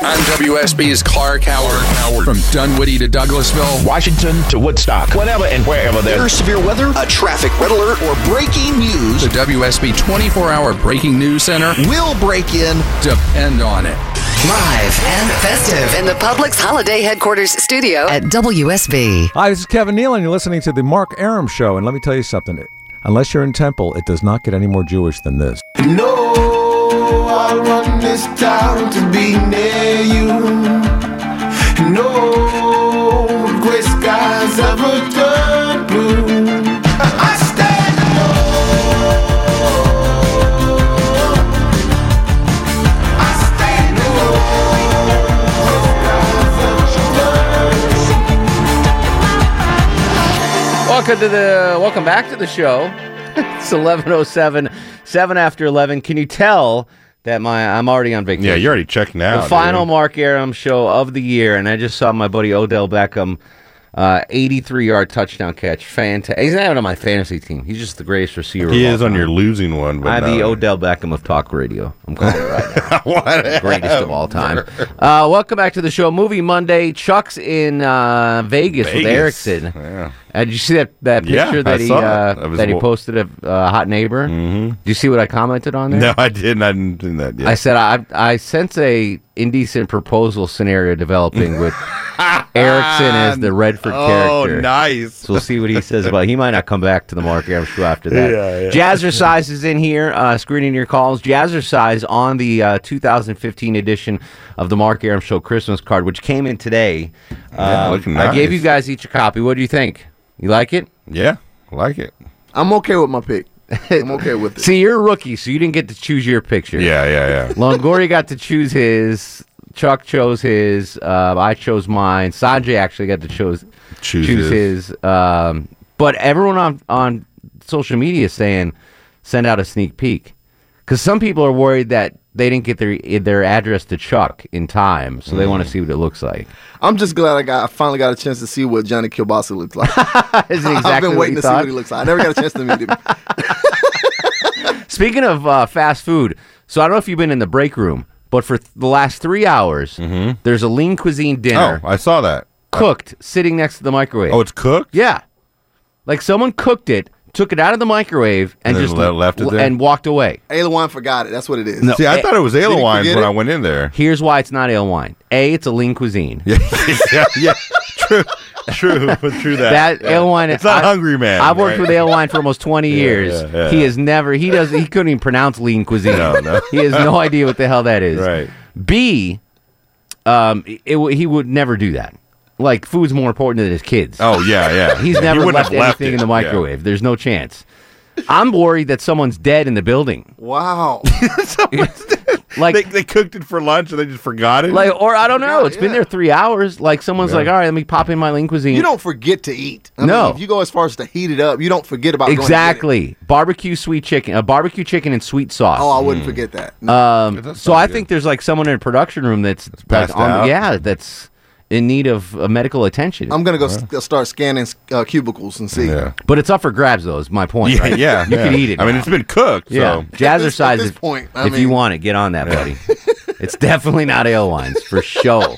I'm WSB's Clark Howard. Howard. From Dunwoody to Douglasville. Washington to Woodstock, whenever and wherever there's severe weather, a traffic red alert, or breaking news, The WSB 24 hour breaking news center. we'll break in Depend on it. Live and festive in the Publix Holiday Headquarters studio at WSB. Hi, this is Kevin Neal, and you're listening to the Mark Aram Show. And let me tell you something. Unless you're in Temple, it does not get any more Jewish than this. No, I want this town to be near you. No gray skies ever turn blue. I stand alone. I stand alone. Welcome to the welcome back to the show. It's 11:07, 7 oh after 11. Can you tell that my I'm already on vacation? Yeah, you're already checking out. the final Mark Aram show of the year, and I just saw my buddy Odell Beckham, uh, 83 yard touchdown catch. Fantastic. He's not even on my fantasy team. He's just the greatest receiver. He of all is on time. your losing one, but I'm the no. Odell Beckham of talk radio. I'm calling it right now. What? Greatest of all time. Uh, welcome back to the show, Movie Monday. Chuck's in uh, Vegas, with Vegas. Erickson. Yeah. Uh, did you see that, that Yeah, picture I that he saw it. uh, I was that he wa- posted of uh, Hot Neighbor? Mm-hmm. Do you see what I commented on there? No, I didn't. I didn't do that yet. I said I I sense a indecent proposal scenario developing with Erickson as the Redford oh, character. nice. So we'll see what he says about. He might not come back to the market. I'm sure after that. Yeah, yeah. Jazzercise is in here, uh, screening your calls. Jazzercise on the uh, 2015 edition of the Mark Aram Show Christmas card, which came in today. Um, looking I gave nice. you guys each a copy. What do you think? You like it? Yeah, I like it. I'm okay with my pick. I'm okay with it. See, you're a rookie, so you didn't get to choose your picture. Yeah, yeah, yeah. Longoria got to choose his. Chuck chose his. Uh, I chose mine. Sanjay actually got to choose Choose his. Um, but everyone on on social media is saying send out a sneak peek because some people are worried that they didn't get their their address to Chuck in time, so they want Mm. to see what it looks like. I'm just glad I got I finally got a chance to see what Johnny Kilbasa looks like. Isn't I've exactly been what waiting to you see thought? what he looks like. I never got a chance to meet him. Speaking of uh, fast food, so I don't know if you've been in the break room, but for th- the last three hours, Mm-hmm. there's a lean cuisine Oh, dinner I saw that. cooked sitting next to the microwave. Oh, it's cooked. Yeah. Like someone cooked it, took it out of the microwave, and, And then just le- left it l- there? and walked away. Ailewan forgot it. That's what it is. See, I eh, thought it was ale you wines forget when it? I went in there. Here's why it's not ale wine. A, it's a lean cuisine. yeah, yeah, yeah. True, true, true. That That ale wine. It's not hungry man. I've worked right? with ale wine for almost 20 years. yeah, yeah. He has never. He does. He couldn't even pronounce lean cuisine. No, no. He has no idea what the hell that is. Right. B, um, it, w he would never do that. Like food's more important than his kids. Oh yeah, yeah. He's He never wouldn't left have left anything it. in the Yeah. microwave. There's no chance. I'm worried that someone's dead in the building. Wow. Like They, they cooked it for lunch and they just forgot it. Like, or I don't know. It's been yeah. there three hours. Like, someone's like, all right, let me pop in my lean cuisine. you don't forget to eat. I No. Mean, if you go as far as to heat it up, you don't forget about going to get it. exactly barbecue sweet chicken, a barbecue chicken and sweet sauce. Oh, I wouldn't forget that. No. um, so I think there's like someone in a production room that's like, passed on, out. yeah, that's in need of uh, medical attention. I'm gonna go s- go start scanning uh, cubicles and see. Yeah. but it's up for grabs, though. Is my point. Yeah, right? yeah. you yeah. can eat it. I mean, now. it's been cooked. yeah, So. At jazzercise. this- at this if- point, I if you mean- want it, get on that, buddy. it's definitely not ale wines for sure.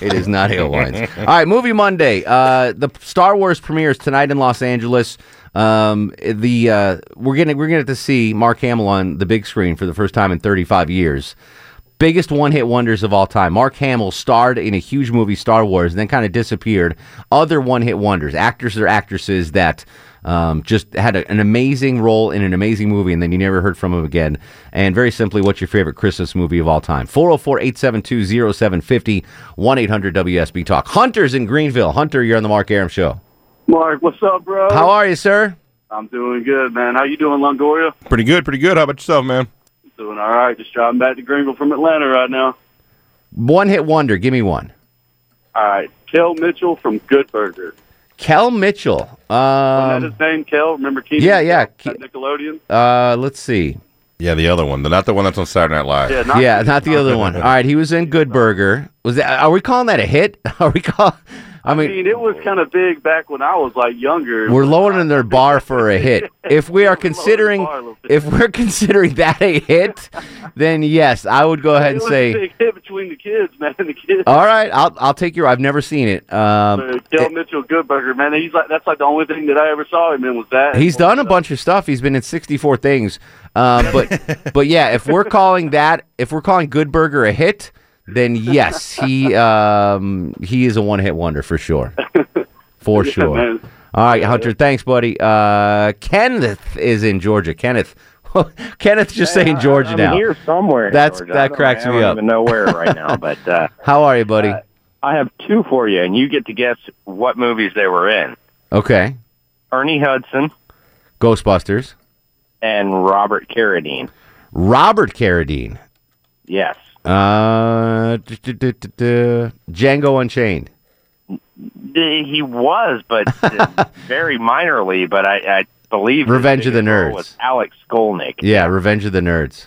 It is not ale wines. All right, movie Monday. Uh, the Star Wars premieres tonight in Los Angeles. Um, the uh, we're gonna we're gonna get to see Mark Hamill on the big screen for the first time in 35 years. Biggest one hit wonders of all time. Mark Hamill starred in a huge movie, Star Wars, and then kind of disappeared. Other one hit wonders, actors or actresses that um, just had a, an amazing role in an amazing movie, and then you never heard from him again. And very simply, what's your favorite Christmas movie of all time? 404 872 0750 1 800 WSB Talk. Hunter's in Greenville. Hunter, you're on the Mark Aram Show. Mark, what's up, bro? How are you, sir? I'm doing good, man. How you doing, Longoria? Pretty good, pretty good. How about yourself, man? Doing all right. Just driving back to Greenville from Atlanta right now. One hit wonder. Give me one. All right, Kel Mitchell from Good Burger. Kel Mitchell. Isn't that Um, his name, Kel? Remember Keenan? yeah, yeah. That Nickelodeon. uh, let's see. Yeah, the other one, the, not the one that's on Saturday Night Live. Yeah, not yeah, not the other one. All right, he was in Good Burger. Was that? Are we calling that a hit? Are we call? I I mean, mean, it was kind of big back when I was like younger. We're lowering their bar for a hit. If we are considering, if we're considering that a hit, then yes, I would go ahead it and was a say, big hit between the kids, man. The kids. all right, I'll I'll take your. I've never seen it. Um, Del Uh, Mitchell Goodberger, man. He's like that's like the only thing that I ever saw him in was that. he's done a bunch of stuff. He's been in 64 things. Uh, but but yeah, if we're calling that, if we're calling Good Burger a hit, then yes, he um, he is a one hit wonder for sure, for Yeah, sure. man. All right, Hunter. Thanks, buddy. Uh, Kenneth is in Georgia. Kenneth. Kenneth just saying Georgia I'm now. here somewhere. in That's Georgia. I that don't- cracks I me don't up. Even know where right now, but uh, How are you, buddy? I have two for you, and you get to guess what movies they were in: okay. Ernie Hudson Ghostbusters. and Robert Carradine. Robert Carradine. Yes, Uh, du- du- du- du- du- Django Unchained. The- he was, but uh, very minorly. But I, I believe his Revenge of the biggest role Nerds. was Alex Skolnick. Yeah, Revenge of the Nerds.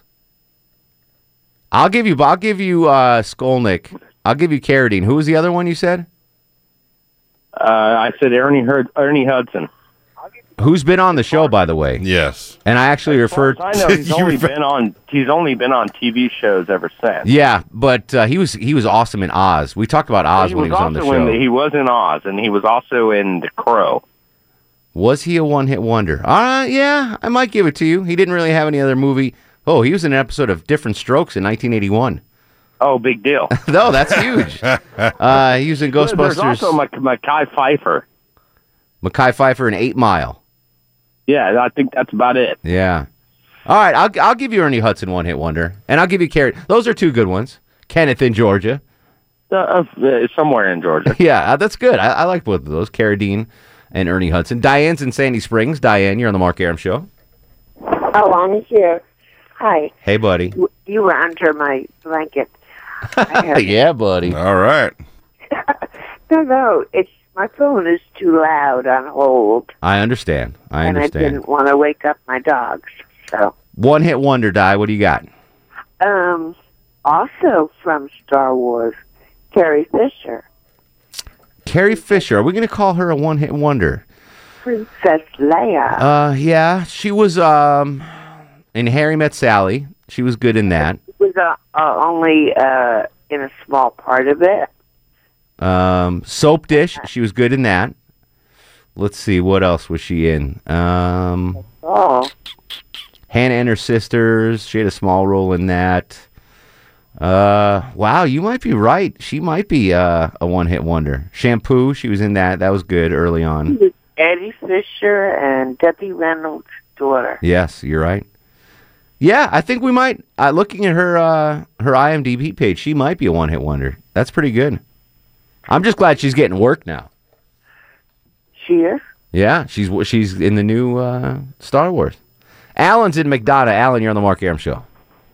I'll give you. I'll give you uh, Skolnick. I'll give you Carradine. Who was the other one you said? Uh, I said Ernie Hud- Ernie Hudson. Who's been on the show, by the way? Yes. And I actually referred. I know he's only been on he's only been on TV shows ever since. yeah, but uh, he was he was awesome in Oz. We talked about Oz he was, when he was on the also show. in he was in Oz, and he was also in The Crow. Was he a one hit wonder? Uh, yeah, I might give it to you. He didn't really have any other movie. Oh, he was in an episode of Different Strokes in 1981. Oh, big deal. no, that's huge. Uh, he was in There's Ghostbusters. also Mac- Mackay Pfeiffer. Mackay Pfeiffer in Eight Mile. Yeah, I think that's about it. Yeah. All right, I'll, I'll give you Ernie Hudson one hit wonder, and I'll give you Carrot. Those are two good ones. Kenneth in Georgia. Uh, uh, somewhere in Georgia. yeah, uh, that's good. I, I like both of those, Cara Dean and Ernie Hudson. Diane's in Sandy Springs. Diane, you're on the Mark Aram Show. Oh, I'm here. Hi. Hey, buddy. You- You were under my blanket. yeah, buddy. All right. No, no. It's my phone is too loud on hold, I understand. I and I understand. didn't want to wake up my dogs. So, One hit wonder, Di. What do you got? um, also from Star Wars, Carrie Fisher, Carrie Fisher. Are we going to call her a one hit wonder? Princess Leia. Uh, yeah. She was um, in Harry Met Sally. She was good in that. was uh, uh, only uh, in a small part of it. Um, Soap Dish. She was good in that. Let's see. What else was she in? Um, Oh, Hannah and her sisters. She had a small role in that. Uh, wow, you might be right. She might be uh, a one-hit wonder. Shampoo. She was in that. That was good early on. Eddie Fisher and Debbie Reynolds' daughter. Yes, you're right. Yeah, I think we might. Uh, looking at her uh, her IMDb page, she might be a one hit wonder. That's pretty good. I'm just glad she's getting work now. She is. Yeah, she's w- she's in the new uh, Star Wars. Alan's in McDonough. Alan, you're on the Mark Aram show.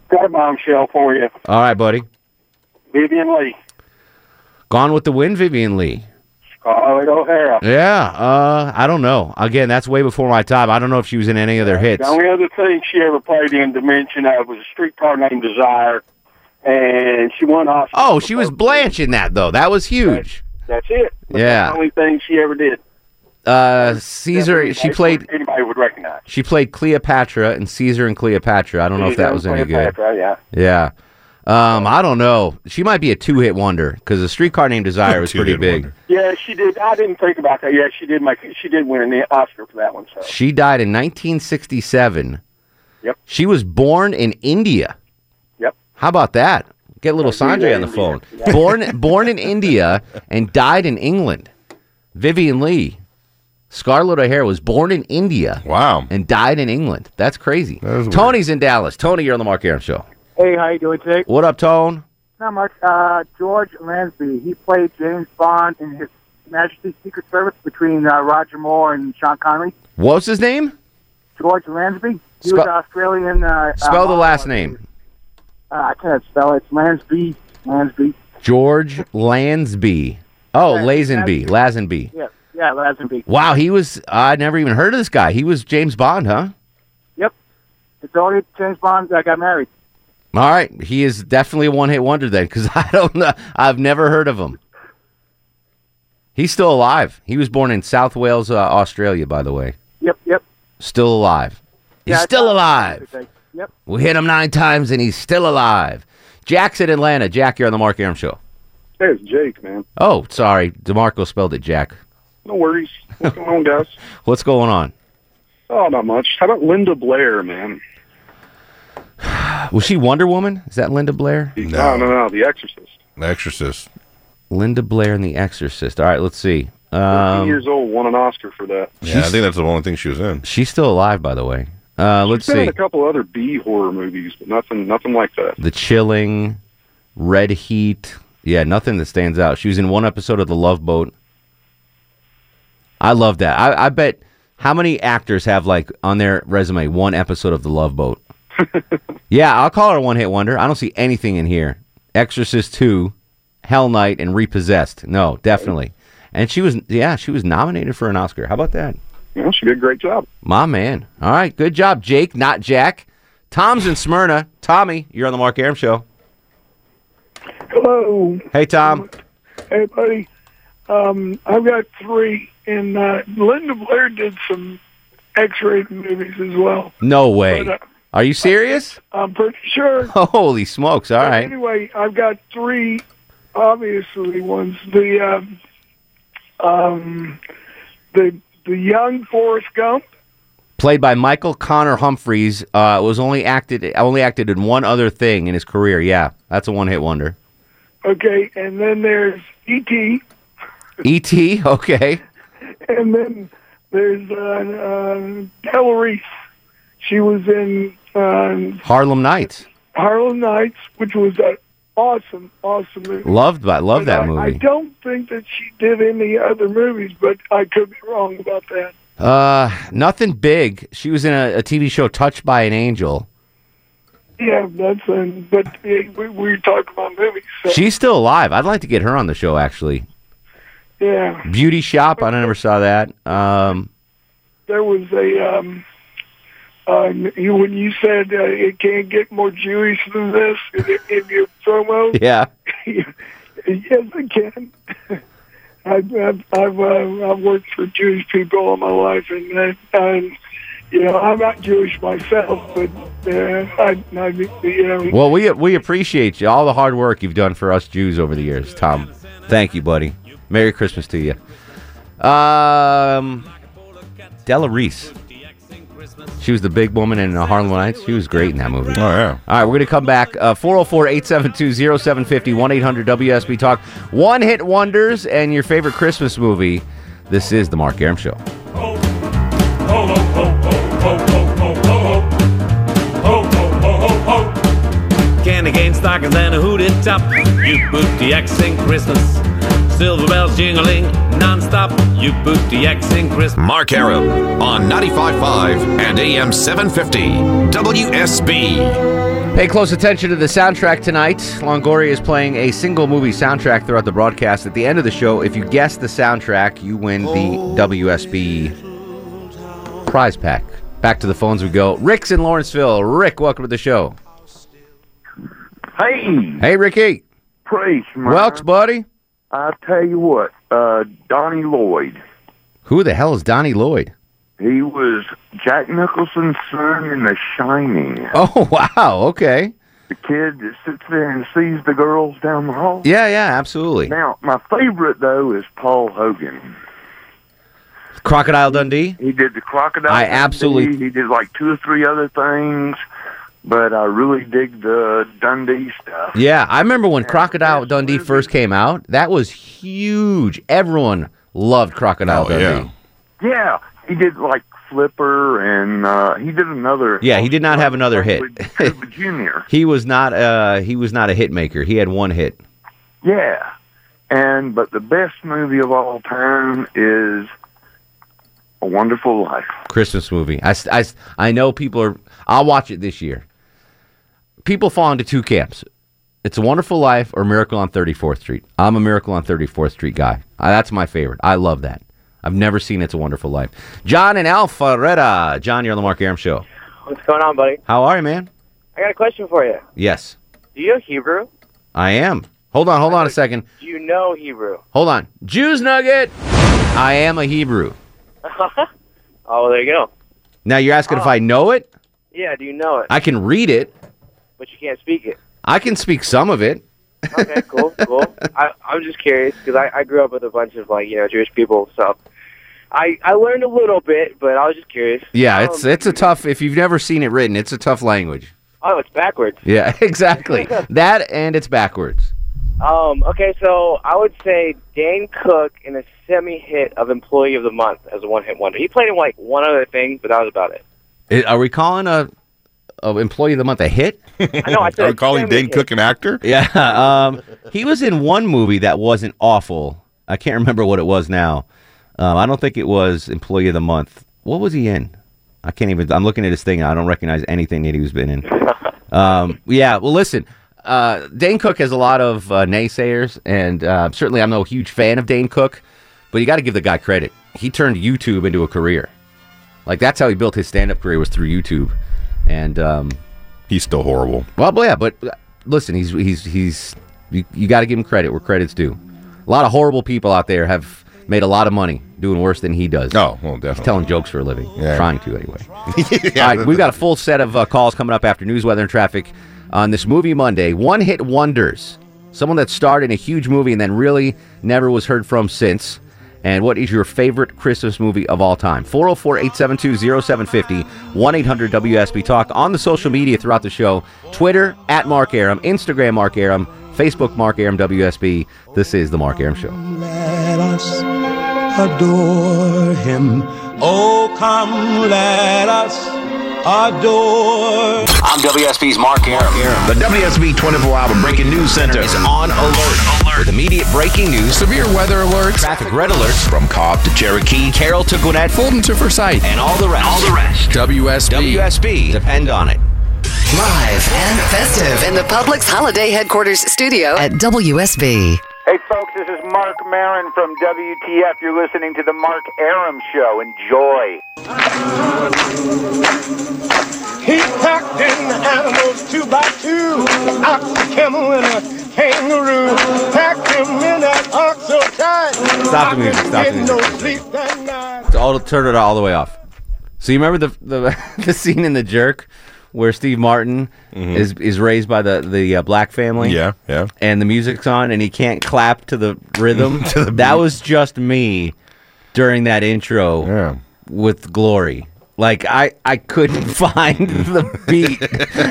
Got a bombshell for you. All right, buddy. Vivian Lee, Gone with the Wind, Vivian Lee. Scarlett O'Hara. Yeah, uh, I don't know. Again, that's way before my time. I don't know if she was in any of their hits. The only other thing she ever played in to mention of was a streetcar named Desire, and she won Oscar. Oh, she was Blanche in that though. That was huge. That's it. That's Yeah. The only thing she ever did. Uh, Caesar. She Anybody- played. Anybody would recognize. She played Cleopatra in Caesar and Cleopatra. I don't know if that was any good. Cleopatra, yeah. Yeah. Um, I don't know. She might be a two-hit wonder because the streetcar named Desire was pretty big. Yeah, she did. I didn't think about that. Yeah, she did make. She did win an Oscar for that one. So She died in 1967. Yep. She was born in India. Yep. How about that? Get little Sanjay on the India. phone. Born born in India and died in England. Vivian Lee, Scarlett O'Hara was born in India. Wow. And died in England. That's crazy. Tony's in Dallas. Tony, you're on the Mark Aram show. Hey, how you doing today? What up, Tone? Not much. Uh, George Lansby. He played James Bond in His Majesty's Secret Service between uh, Roger Moore and Sean Connery. What was his name? George Lansby. He was Spell- Australian. Uh, Spell uh, the last name. Uh, I can't spell it. It's Lansby. Lansby. George Lansby. Oh, Lazenby. Lazenby. Yeah, yeah, Lansby. Wow, he was I never even heard of this guy. He was James Bond, huh? Yep. It's only James Bond that got married. All right, he is definitely a one-hit wonder then, because I don't know, I've never heard of him. He's still alive. He was born in South Wales, uh, Australia, by the way. Yep, yep. Still alive. He's Yeah, I still saw it alive. yesterday. Yep. We hit him nine times, and he's still alive. Jack's in Atlanta. Jack, you're on the Mark Aram Show. Hey, it's Jake, man. Oh, sorry, Demarco spelled it. Jack, No worries. What's going on, guys? what's going on? Oh, not much. How about Linda Blair, man? Was she Wonder Woman? Is that Linda Blair? No, no, no. The Exorcist. The Exorcist. Linda Blair and The Exorcist. All right, let's see. 15 Um, years old, won an Oscar for that. Yeah, I think that's the only thing she was in. she's still alive, by the way. Uh, let's She's been in see. a couple other B horror movies, but nothing, nothing like that. The Chilling, Red Heat. Yeah, nothing that stands out. She was in one episode of The Love Boat. I love that. I, I bet how many actors have like on their resume one episode of The Love Boat? yeah, I'll call her one hit wonder. I don't see anything in here. Exorcist two, Hell Knight, and Repossessed. No, definitely. And she was yeah, she was nominated for an Oscar. How about that? Yeah, she did a great job. My man. All right, good job, Jake, not Jack. Tom's in Smyrna. Tommy, you're on the Mark Aram show. Hello. Hey Tom. Hey, buddy. Um, I've got three, and uh, Linda Blair did some X-rated movies as well. No way. Are you serious? I'm pretty sure. Holy smokes. All But right. Anyway, I've got three, obviously ones. The um, um, the the young Forrest Gump. Played by Michael Connor Humphreys, uh, was only acted only acted in one other thing in his career. Yeah, that's a one hit wonder. Okay, and then there's E E.T. E.T. E Okay. and then there's uh, uh, Della Reese. She was in um, Harlem Nights. Harlem Nights, which was an awesome, awesome movie. Loved by love that I movie. don't think that she did any other movies, but I could be wrong about that. Uh, nothing big. She was in a, a TV show, Touched by an Angel. Yeah, that's in, but eh, we, we talk about movies. So, She's still alive. I'd like to get her on the show. Actually, yeah, Beauty Shop. I never saw that. Um, there was a. Um, uh, you, when you said uh, it can't get more Jewish than this in, in your promo, yeah. yes, I can. I've I've I've, uh, I've worked for Jewish people all my life, and and, and you know I'm not Jewish myself, but uh, I, I you know Well, we we appreciate you all the hard work you've done for us Jews over the years, Tom. Thank you, buddy. Merry Christmas to you. Um, Della Reese. She was the big woman in uh, Harlem Nights. She was great in that movie. Oh, yeah. All right, we're going to come back. uh, 404 872 0750 1 800 WSB Talk. One hit wonders and your favorite Christmas movie. This is The Mark Aram Show. Candy cane stockings and a hooded top. You boot the X in Christmas. Silver bells jingling non-stop. You boot the X in Christmas. Mark Aram on 95.5 and AM 750 WSB. Pay close attention to the soundtrack tonight. Longoria is playing a single movie soundtrack throughout the broadcast. At the end of the show, if you guess the soundtrack, you win the WSB prize pack. Back to the phones we go. Rick's in Lawrenceville. Rick, welcome to the show. Hey, Hey, Ricky. preach, man. Welks, buddy. I tell you what, uh, Donnie Lloyd. Who the hell is Donnie Lloyd? He was Jack Nicholson's son in The Shining. Oh, wow. Okay. The kid that sits there and sees the girls down the hall. Yeah, yeah, absolutely. Now, my favorite though is Paul Hogan. Crocodile Dundee? He did the crocodile. I Dundee. absolutely- He did like two or three other things, but I really dig the Dundee stuff. Yeah, I remember when Crocodile Dundee first came out. That was huge. Everyone loved Crocodile Dundee. Yeah, he did like Flipper, and uh, he did another. Yeah, he did not have another hit. Cuba Junior. he was not uh he was not a hit maker. He had one hit. Yeah. And but the best movie of all time is A Wonderful Life. Christmas movie. I s- I s- I know people are I'll watch it this year. People fall into two camps. It's a Wonderful Life or Miracle on 34th Street. I'm a Miracle on 34th Street guy. Uh, that's my favorite. I love that. I've never seen It's a Wonderful Life. John and Alpharetta. John, you're on the Mark Aram show. What's going on, buddy? How are you, man? I got a question for you. Yes, Do you know Hebrew? I am. Hold on, hold on a second. You know Hebrew. Hold on. Jews nugget. I am a Hebrew. oh, there you go. Now you're asking if I know it? Yeah, do you know it? I can read it. but you can't speak it. I can speak some of it. Okay, cool, cool. I, I'm just curious because I, I grew up with a bunch of like you know Jewish people, so I I learned a little bit, but I was just curious. Yeah, it's Oh, it's a tough if you've never seen it written, it's a tough language. Oh, it's backwards. Yeah, exactly. that and it's backwards. Um, okay, so I would say Dan Cook in a semi-hit of Employee of the Month as a one-hit wonder. He played in like one other thing, but that was about it. I- are we calling a, a employee of the month a hit? know, I said Are we calling Dane Cook an actor? Yeah, um, he was in one movie that wasn't awful. I can't remember what it was now. Um, I don't think it was employee of the month. What was he in? I can't even. I'm looking at his thing. and I don't recognize anything that he was been in. Um, yeah. Well, listen. Uh, Dane Cook has a lot of uh, naysayers, and uh, certainly I'm no huge fan of Dane Cook, but you got to give the guy credit. He turned YouTube into a career. Like that's how he built his stand-up career was through YouTube, and um, he's still horrible. Well, but yeah, but uh, listen, he's he's he's you, you got to give him credit where credit's due. A lot of horrible people out there have made a lot of money doing worse than he does. Oh, well, definitely. He's telling jokes for a living, trying to anyway. All right, we've got a full set of uh, calls coming up after news, weather, and traffic on this movie Monday. One hit wonders, someone that starred in a huge movie and then really never was heard from since. And what is your favorite Christmas movie of all time? 404 872 0750 1 800 WSB Talk on the social media throughout the show Twitter at Mark Aram, Instagram Mark Aram, Facebook Mark Aram WSB. This is The Mark Aram Show. Let us adore him. Oh, come, let us adore. I'm WSB's Mark Aram. The WSB 24 hour breaking news center is on alert. alert. With immediate breaking news, severe weather alerts, traffic red alerts from Cobb to Cherokee, Carroll to Gwinnett, Fulton to Forsyth, and all the rest. All the rest. WSB. WSB. Depend on it. Live and festive in the Publix Holiday Headquarters studio at WSB. Hey, folks, this is Mark Marin from WTF. You're listening to The Mark Aram Show. Enjoy. He packed in the animals two by two, ox, a camel, and a kangaroo. Packed him in that ox so tight. Stop the music, stop the Getting no music. sleep that night. It's all turn it all the way off. So you remember the the, the scene in The Jerk where Steve Martin is is raised by the the uh, black family. Yeah, yeah. And the music's on, and he can't clap to the rhythm. that was just me during that intro with glory. Like I, I couldn't find the beat.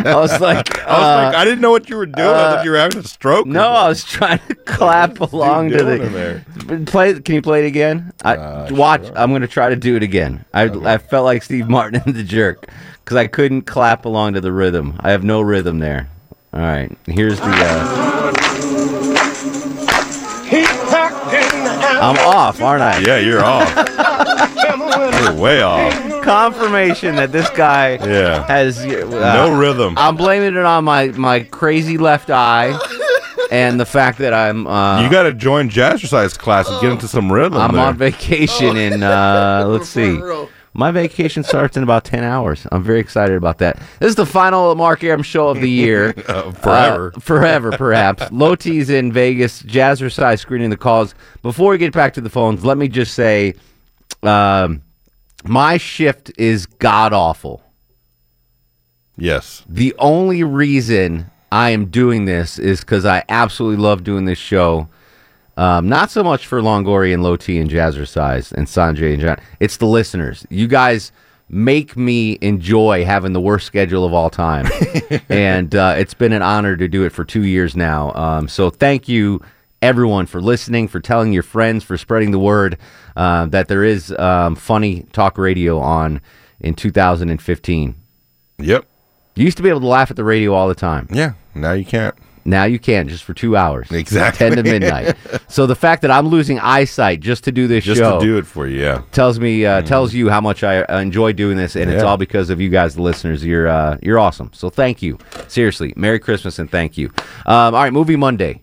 I was like, I was like, uh, I didn't know what you were doing. I uh, thought you were having a stroke. No, I was trying to clap along to doing in the. Play. Can you play it again? I watch. I'm gonna try to do it again. I I felt like Steve Martin in the jerk because I couldn't clap along to the rhythm. I have no rhythm there. All right, here's the. Uh, He packed in the animals. I'm off, aren't I? Yeah, you're off. You're way off. Confirmation that this guy Yeah. has uh, No rhythm. I'm blaming it on my my crazy left eye and the fact that I'm. Uh, You got to join jazzercise class and get into some rhythm. I'm there. on vacation in uh let's see. My vacation starts in about 10 hours. I'm very excited about that. This is the final Mark Aram show of the year. forever. Uh, forever, perhaps. Low T's in Vegas, Jazzercise screening the calls. Before we get back to the phones, let me just say um, my shift is god awful. Yes. The only reason I am doing this is because I absolutely love doing this show. Um, not so much for Longoria and Low T and Jazzercise and Sanjay and John. It's the listeners. You guys make me enjoy having the worst schedule of all time. and uh, it's been an honor to do it for two years now. Um, so thank you, everyone, for listening, for telling your friends, for spreading the word uh, that there is um, funny talk radio on in 2015. Yep. You used to be able to laugh at the radio all the time. Yeah. Now you can't. Now you can just for two hours. Exactly. 10 to midnight. so the fact that I'm losing eyesight just to do this Just show to do it for you. Yeah. tells me uh, tells you how much I uh, enjoy doing this, and it's Yeah. all because of you guys, the listeners. You're uh, you're awesome. So thank you, seriously. Merry Christmas and thank you. Um, all right, movie Monday,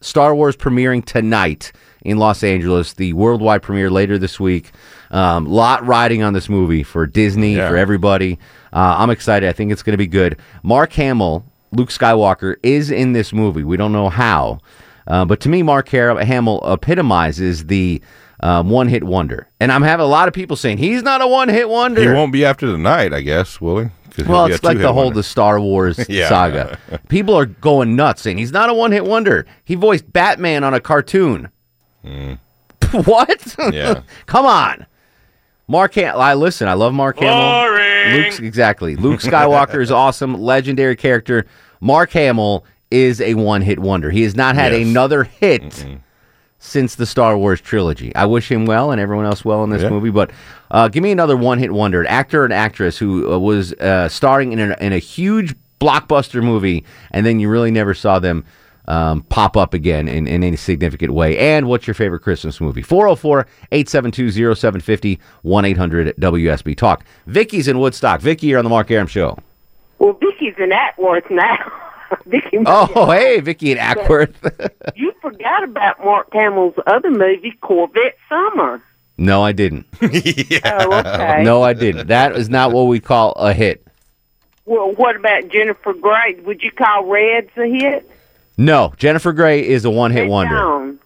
Star Wars premiering tonight in Los Angeles. The worldwide premiere later this week. Um, lot riding on this movie for Disney for everybody. Uh, I'm excited. I think it's going to be good. Mark Hamill, Luke Skywalker, is in this movie. We don't know how. Uh, but to me, Mark Har- Hamill epitomizes the um, one hit wonder. And I'm having a lot of people saying he's not a one hit wonder. He won't be after tonight, I guess, will he? 'Cause he'll Well, be it's a like the two-hit whole wonder. the Star Wars Yeah. saga. People are going nuts saying he's not a one hit wonder. He voiced Batman on a cartoon. Hmm. What? Yeah. Come on. Mark Hamill. I listen. I love Mark Hamill. Luke's, exactly. Luke Skywalker is awesome, legendary character. Mark Hamill is a one-hit wonder. He has not had Yes. another hit since the Star Wars trilogy. I wish him well and everyone else well in this Yeah. movie. But uh, give me another one-hit wonder, an actor and actress who uh, was uh, starring in, an, in a huge blockbuster movie, and then you really never saw them. Um, pop up again in, in any significant way. And what's your favorite Christmas movie? 404 872 0750 1 800 WSB Talk. Vicky's in Woodstock. Vicky, you're on the Mark Aram Show. Well, Vicky's in Atworth now. Vicky. Oh, hey, Vicky in Ackworth. You forgot about Mark Hamill's other movie, Corvette Summer. No, I didn't. Oh, okay. No, I didn't. That is not what we call a hit. Well, what about Jennifer Grey? Would you call Reds a hit? No, Jennifer Grey is a one-hit wonder. Down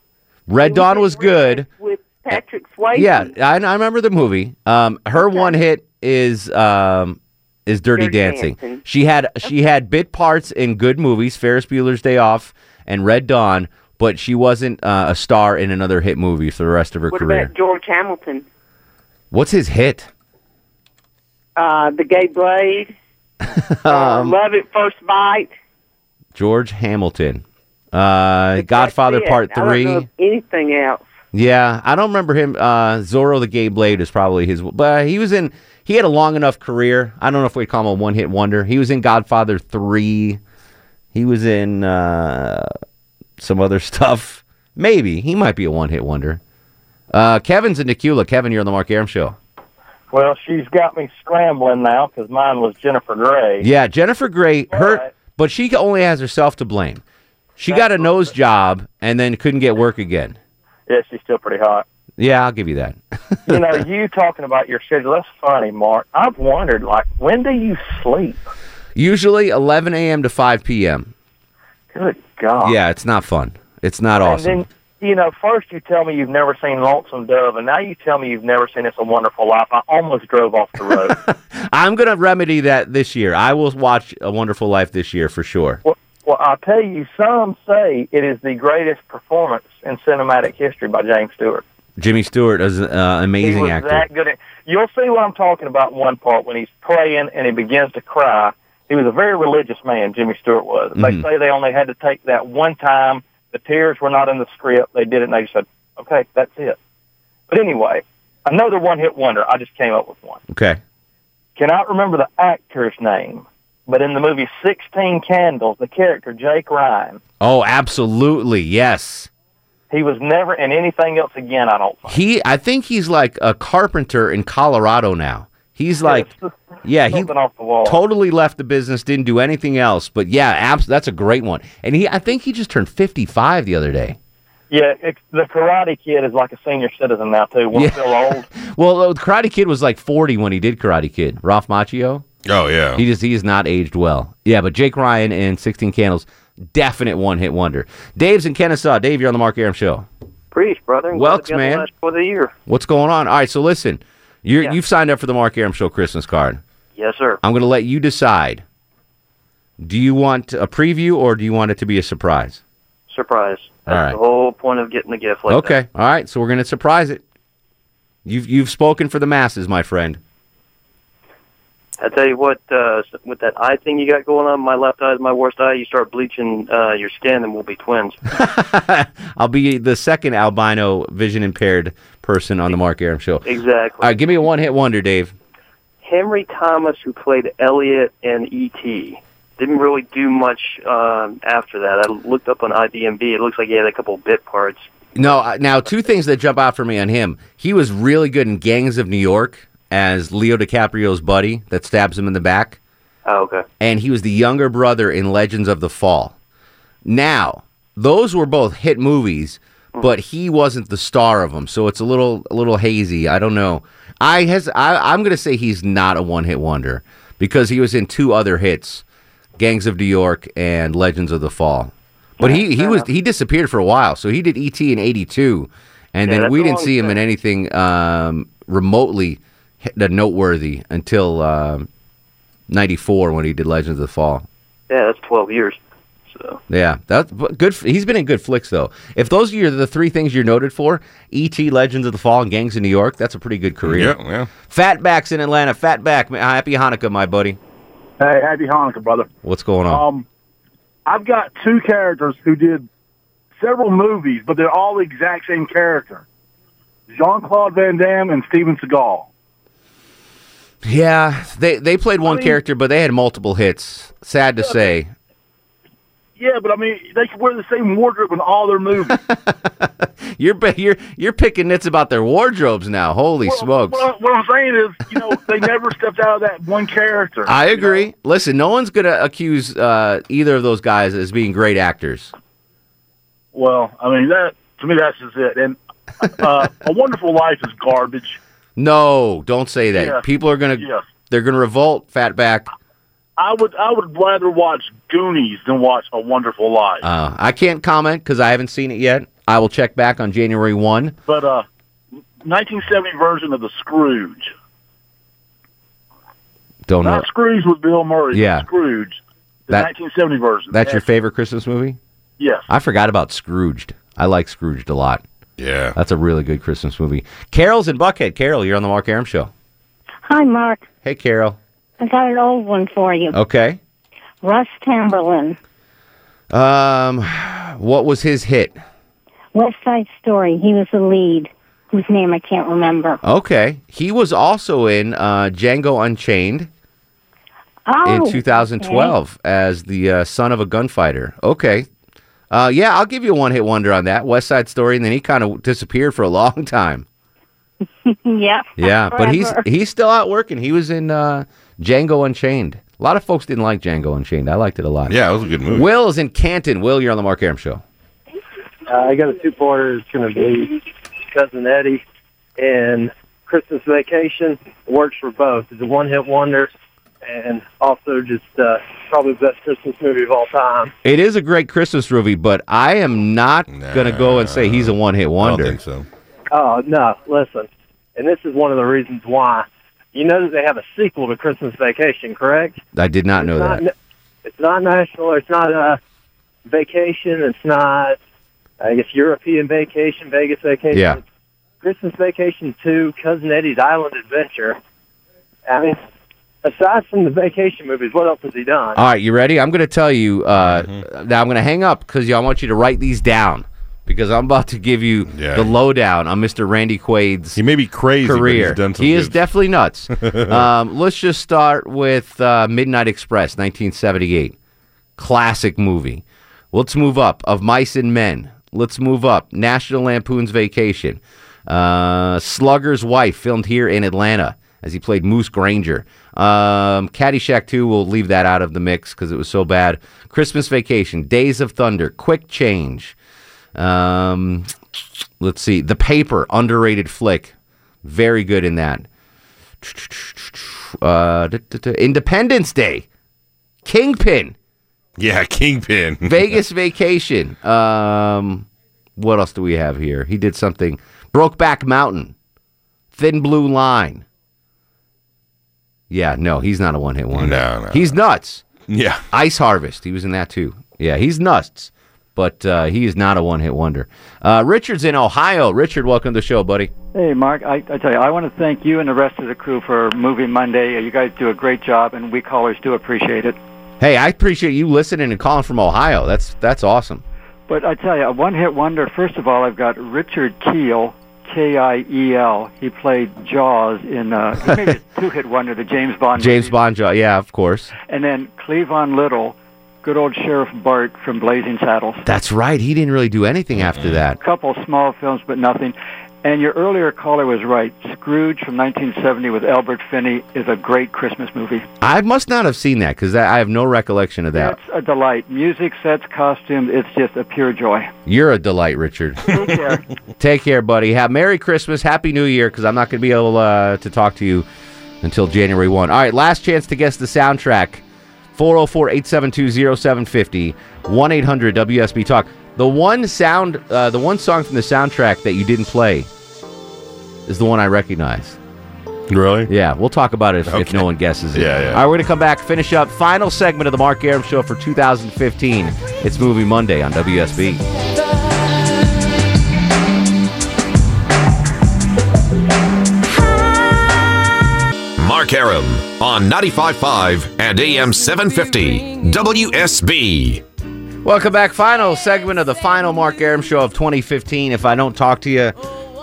Red Dawn was good. with Patrick Swayze. Yeah, I, I remember the movie. Um, her one hit is um, is Dirty, Dirty Dancing. Dancing. She had she had bit parts in good movies, Ferris Bueller's Day Off and Red Dawn, but she wasn't uh, a star in another hit movie for the rest of her What career. about George Hamilton? What's his hit? Uh, the Gay Blade. Uh, Um, Love at First Bite. George Hamilton, uh, Godfather That's it. Part I don't Three. know of anything else? Yeah, I don't remember him. Uh, Zorro the Gay Blade is probably his, but he was in. He had a long enough career. I don't know if we would call him a one-hit wonder. He was in Godfather three. He was in uh, some other stuff. Maybe he might be a one-hit wonder. Uh, Kevin's in Tequila. Kevin, you're on the Mark Aram show. Well, she's got me scrambling now because mine was Jennifer Gray. Yeah, Jennifer Gray, her, but she only has herself to blame. She got a nose job and then couldn't get work again. Yeah, she's still pretty hot. Yeah, I'll give you that. you know, you talking about your schedule, that's funny, Mark. I've wondered, like, when do you sleep? Usually 11 a.m. to 5 p.m. Good God. Yeah, it's not fun. It's not awesome. And then, you know, first you tell me you've never seen Lonesome Dove, and now you tell me you've never seen It's a Wonderful Life. I almost drove off the road. I'm going to remedy that this year. I will watch A Wonderful Life this year for sure. well, I'll tell you, some say it is the greatest performance in cinematic history by James Stewart. Jimmy Stewart is an uh, he amazing was actor. that good. At, you'll see what I'm talking about in one part when he's praying and he begins to cry. He was a very religious man, Jimmy Stewart was. They Mhm. say they only had to take that one time. The tears were not in the script. They did it and they said, okay, that's it. But anyway, another one hit wonder. I just came up with one. Okay. Cannot remember the actor's name, but in the movie 16 Candles, the character Jake Ryan, Oh, absolutely. Yes. he was never in anything else again, I don't He I think he's like a carpenter in Colorado now. He's like Yeah, he Something off the wall. totally left the business, didn't do anything else, but yeah, abs- that's a great one. And he I think he just turned 55 the other day. Yeah, it, the Karate Kid is like a senior citizen now too. We're Yeah. still old. Well, uh, Karate Kid was like 40 when he did Karate Kid. Ralph Macchio. Oh yeah. He just he has not aged well. Yeah, but Jake Ryan and 16 Candles, definite one hit wonder. Dave's in Kennesaw. Dave, you're on the Mark Aram show. Preach, brother. and glad to Welks, be on the man. Last for the year. What's going on? All right, so listen, you're, you've signed up for the Mark Aram show Christmas card. Yes, sir. I'm going to let you decide. Do you want a preview or do you want it to be a surprise? Surprise. All right. The whole point of getting the gift like okay. that. All right. So we're going to surprise it. You've you've spoken for the masses, my friend. I tell you what, uh, s- with that eye thing you got going on, my left eye is my worst eye. You start bleaching uh, your skin, and we'll be twins. I'll be the second albino vision impaired person on the Mark Aram show. exactly. All right, give me a one hit wonder, Dave. Henry Thomas, who played Elliot in E.T., didn't really do much um, after that. I looked up on IDMB. It looks like he had a couple bit parts. No, I- now two things that jump out for me on him. He was really good in Gangs of New York as Leo DiCaprio's buddy that stabs him in the back. Oh, okay. And he was the younger brother in Legends of the Fall. Now, those were both hit movies, Hmm. but he wasn't the star of them, so it's a little a little hazy. I don't know. I has I, I'm gonna say he's not a one hit wonder because he was in two other hits, Gangs of New York and Legends of the Fall. But he he was he disappeared for a while. So he did ET in '82, and Yeah, then that's we a didn't long see him in anything um, remotely h- that noteworthy until um '94 when he did Legends of the Fall. Yeah, that's 12 years. Yeah, that's but good. f- He's been in good flicks though. If those are the three things you're noted for, E.T., Legends of the Fall, and Gangs in New York, that's a pretty good career. Yeah, yeah. Fatback's in Atlanta. Fatback, ma- happy Hanukkah, my buddy. Hey, happy Hanukkah, brother. What's going on? Um, I've got two characters who did several movies, but they're all the exact same character: Jean Claude Van Damme and Steven Seagal. Yeah, they they played one mean- character, but they had multiple hits. Sad to say. Yeah, but I mean, they could wear the same wardrobe in all their movies. You're ba- you're you're picking nits about their wardrobes now. Holy smokes! what, I, what I'm saying is, you know, they never stepped out of that one character. I agree. Listen, no one's gonna accuse uh, either of those guys as being great actors. Well, I mean, that to me, that's just it. And uh, A Wonderful Life is garbage. No, don't say that. Yeah. People are gonna Yeah. they're gonna revolt. Fatback. I would I would rather watch Goonies than watch A Wonderful Life. Uh, I can't comment because I haven't seen it yet. I will check back on January one. But uh, 1970 version of the Scrooge, Don't know. not Scrooge with Bill Murray. but Yeah. Scrooge, the That- 1970 version. That's your favorite Christmas movie? Yes. I forgot about Scrooged. I like Scrooged a lot. Yeah. That's a really good Christmas movie. Carol's in Buckhead. Carol, you're on the Mark Aram Show. Hi, Mark. Hey, Carol. I got an old one for you. Okay. Russ Tamberlin, Um, what was his hit? West Side Story. He was the lead, whose name I can't remember. Okay. He was also in uh, Django Unchained Oh, in 2012 as the uh, son of a gunfighter. Okay. Uh, yeah, I'll give you a one hit wonder on that West Side Story, and then he kind of disappeared for a long time. okay. yep. Yeah, but he's Forever. he's still out working. He was in uh, Django Unchained. A lot of folks didn't like Django Unchained. I liked it a lot. Yeah, it was a good movie. Will is in Canton. Will, you're on the Mark Aram show. Uh, I got a two-parter. It's going to be Cousin Eddie and Christmas Vacation. It works for both. It's a one-hit wonder, and also just uh, probably the best Christmas movie of all time. It is a great Christmas movie, but I am not gonna go and say he's a one hit wonder. think so. Oh no! Listen, and this is one of the reasons why. You know that they have a sequel to Christmas Vacation, correct? I did not know not that. na- It's not national. It's not a vacation. It's not, I guess, European vacation, Vegas vacation. Yeah. Christmas Vacation 2, Cousin Eddie's Island Adventure. I mean, aside from the vacation movies, what else has he done? All right, you ready? I'm gonna tell you. Uh, Now I'm gonna hang up because I want you to write these down because I'm about to give you the lowdown on Mr. Randy Quaid's. He may be crazy. but he's Career. done some he is good- definitely nuts. um, let's just start with uh, Midnight Express, 1978, classic movie. Let's move up. Of Mice and Men. Let's move up. National Lampoon's Vacation. Uh, Slugger's Wife, filmed here in Atlanta as he played Moose Granger. Um, Caddyshack 2, we'll leave that out of the mix because it was so bad. Christmas Vacation, Days of Thunder, Quick Change. Um, let's see. The Paper, underrated flick. Very good in that. Uh, duh, duh, duh, Independence Day. Kingpin. Yeah, Kingpin. Vegas Vacation. Um, what else do we have here? He did something. Brokeback Mountain. Thin Blue Line. Yeah, no, he's not a one hit wonder. No, no. He's nuts. Yeah. Ice Harvest. He was in that too. Yeah, he's nuts, but uh, he is not a one hit wonder. Uh, Richard's in Ohio. Richard, welcome to the show, buddy. Hey, Mark, I, I tell you, I want to thank you and the rest of the crew for Movie Monday. You guys do a great job, and we callers do appreciate it. Hey, I appreciate you listening and calling from Ohio. That's that's awesome. But I tell you, a one-hit wonder, first of all, I've got Richard Keel, K-I-E-L. He played Jaws in, uh, he made a two-hit wonder, the James Bond James Bond, jo- yeah, of course. And then Cleavon Little, good old Sheriff Bart from Blazing Saddles. That's right. He didn't really do anything after that. couple small films, but nothing. And your earlier caller was right. Scrooge from 1970 with Albert Finney is a great Christmas movie. I must not have seen that because I have no recollection of that. That's a delight. Music, sets, costumes, it's just a pure joy. You're a delight, Richard. Take care. Take care, buddy. Have Merry Christmas, Happy New Year, because I'm not going to be able uh, to talk to you until January 1. All right, last chance to guess the soundtrack 404 872 0750, 1 800 WSB Talk. The one sound, uh, the one song from the soundtrack that you didn't play is the one I recognize. Really? Yeah, we'll talk about it if, if no one guesses it. Yeah, yeah. All right, we're going to come back, finish up, final segment of the Mark Aram Show for 2015. It's Movie Monday on WSB. Mark Aram on 95.5 and AM 750 WSB. Welcome back. Final segment of the final Mark Aram Show of 2015. If I don't talk to you,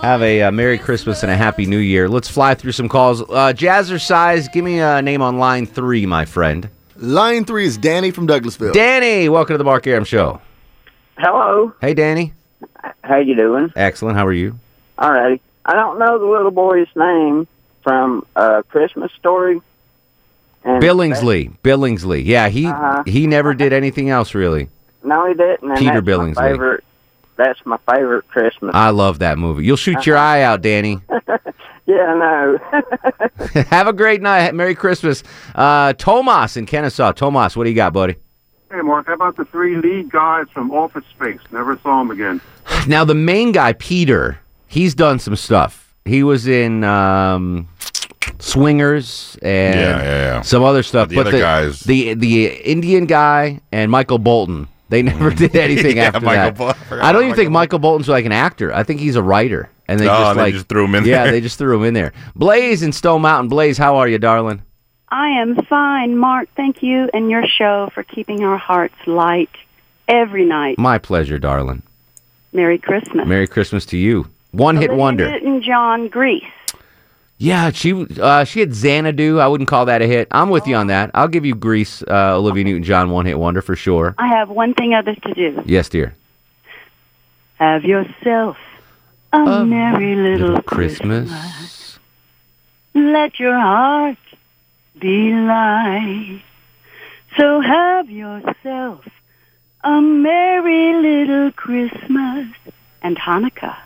have a uh, Merry Christmas and a Happy New Year. Let's fly through some calls. Uh, Size, give me a name on line three, my friend. Line three is Danny from Douglasville. Danny, welcome to the Mark Aram Show. Hello. Hey, Danny. How you doing? Excellent. How are you? All righty. I don't know the little boy's name from uh, Christmas Story. And Billingsley. Billingsley. Yeah, he Uh-huh. he never did anything else really. No, he didn't. and Peter that's my Billingsley. favorite- that's my favorite Christmas. I love that movie. You'll shoot your eye out, Danny. yeah, I know. have a great night. Merry Christmas. Uh, Tomas in Kennesaw. Tomas, what do you got, buddy? Hey, Mark, how about the three lead guys from Office Space? Never saw them again. Now the main guy, Peter, he's done some stuff. He was in um, Swingers and Yeah, yeah, yeah. some other stuff. The other guys- the the Indian guy and Michael Bolton, they never did Mm. anything Yeah, after Michael that. Bol- I forgot I don't about even think Michael Bolton's like an actor. I think he's a writer, and they Oh, just and they like just threw him in Yeah, there. they just threw him in there. Blaze in Stone Mountain. Blaze, how are you, darling? I am fine, Mark. Thank you and your show for keeping our hearts light every night. My pleasure, darling. Merry Christmas. Merry Christmas to you. One hit wonder. Newton John Grease. Yeah, she uh, she had Xanadu. I wouldn't call that a hit. I'm with you on that. I'll give you Grease, uh, Olivia Newton-John, one hit wonder for sure. I have one thing other to do. Yes, dear. Have yourself a merry little. Christmas. Let your heart be light. So have yourself a merry little Christmas and Hanukkah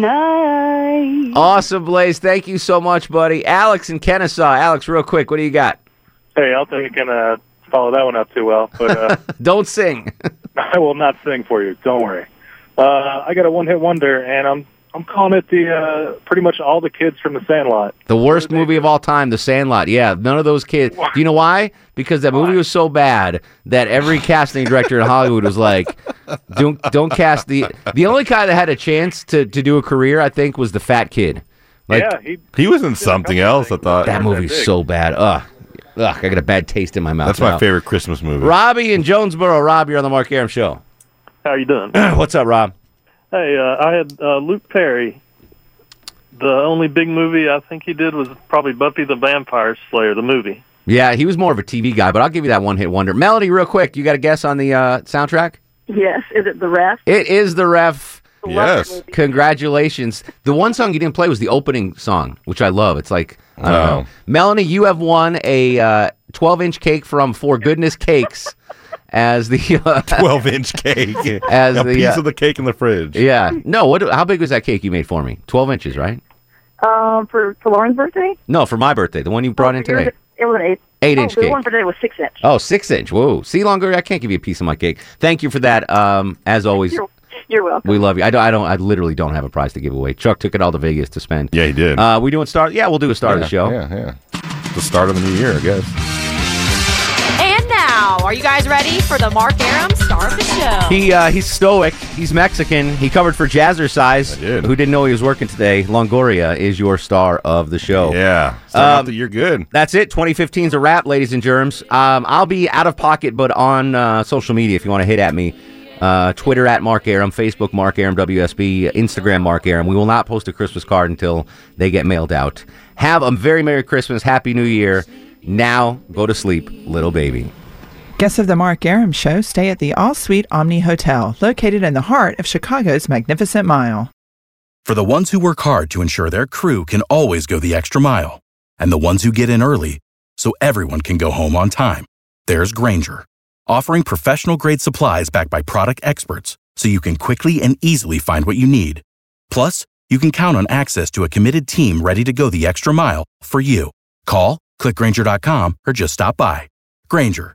tonight. Awesome, Blaze. Thank you so much, buddy. Alex in Kennesaw. Alex, real quick, what do you got? Hey, I don't think I can uh, follow that one up too well, but uh, Don't sing. I will not sing for you. Don't worry. Uh, I got a one-hit wonder, and I'm I'm calling it the uh, pretty much all the kids from the Sandlot. The worst movie of all time, The Sandlot. Yeah, none of those kids. Do you know why? Because that movie was so bad that every casting director in Hollywood was like, "Don't don't cast the." The only guy that had a chance to to do a career, I think, was the fat kid. Yeah, he- he was in something else. I thought that movie's big. so bad. Ugh, ugh, I got a bad taste in my mouth. That's my now. favorite Christmas movie. Robbie in Jonesboro. Rob, you're on the Mark Aram show. How you doing? What's up, Rob? Hey, uh, I had uh, Luke Perry. The only big movie I think he did was probably Buffy the Vampire Slayer, the movie. Yeah, he was more of a TV guy, but I'll give you that one hit wonder. Melody, real quick, you got a guess on the uh, soundtrack? Yes, is it the ref? It is the ref. Yes. Congratulations. The one song you didn't play was the opening song, which I love. It's like, I don't know. Melanie, you have won a uh, 12 inch cake from For Goodness Cakes as the. Uh, 12 inch cake. As a the, piece uh, of the cake in the fridge. Yeah. No, what? how big was that cake you made for me? 12 inches, right? Um, for for Lauren's birthday, No, for my birthday, the one you brought in today. it was an eight. Eight oh, inch The cake. one for today was six inch. Oh, six inch. Whoa. See, longer, I can't give you a piece of my cake. Thank you for that. Um, as always. You're, you're welcome. We love you. I don't. I don't. I literally don't have a prize to give away. Chuck took it all to Vegas to spend. Yeah, he did. Uh, we doing start? Yeah, we'll do a start of the show. Yeah, yeah. The start of the new year, I guess. And now, are you guys ready for the Mark Aram star of the show? He uh, he's stoic. He's Mexican. He covered for Jazzercise, did. who didn't know he was working today. Longoria is your star of the show. Yeah, you're good. That's it. 2015 is a wrap, ladies and germs. Um, I'll be out of pocket, but on uh, social media if you want to hit at me. Uh, Twitter at Mark Aram, Facebook Mark Aram WSB, Instagram Mark Aram. We will not post a Christmas card until they get mailed out. Have a very Merry Christmas, Happy New Year. Now go to sleep, little baby. Guests of the Mark Aram Show stay at the All Suite Omni Hotel, located in the heart of Chicago's Magnificent Mile. For the ones who work hard to ensure their crew can always go the extra mile, and the ones who get in early so everyone can go home on time, there's Granger, offering professional grade supplies backed by product experts so you can quickly and easily find what you need. Plus, you can count on access to a committed team ready to go the extra mile for you. Call, Click Granger.com or just stop by. Granger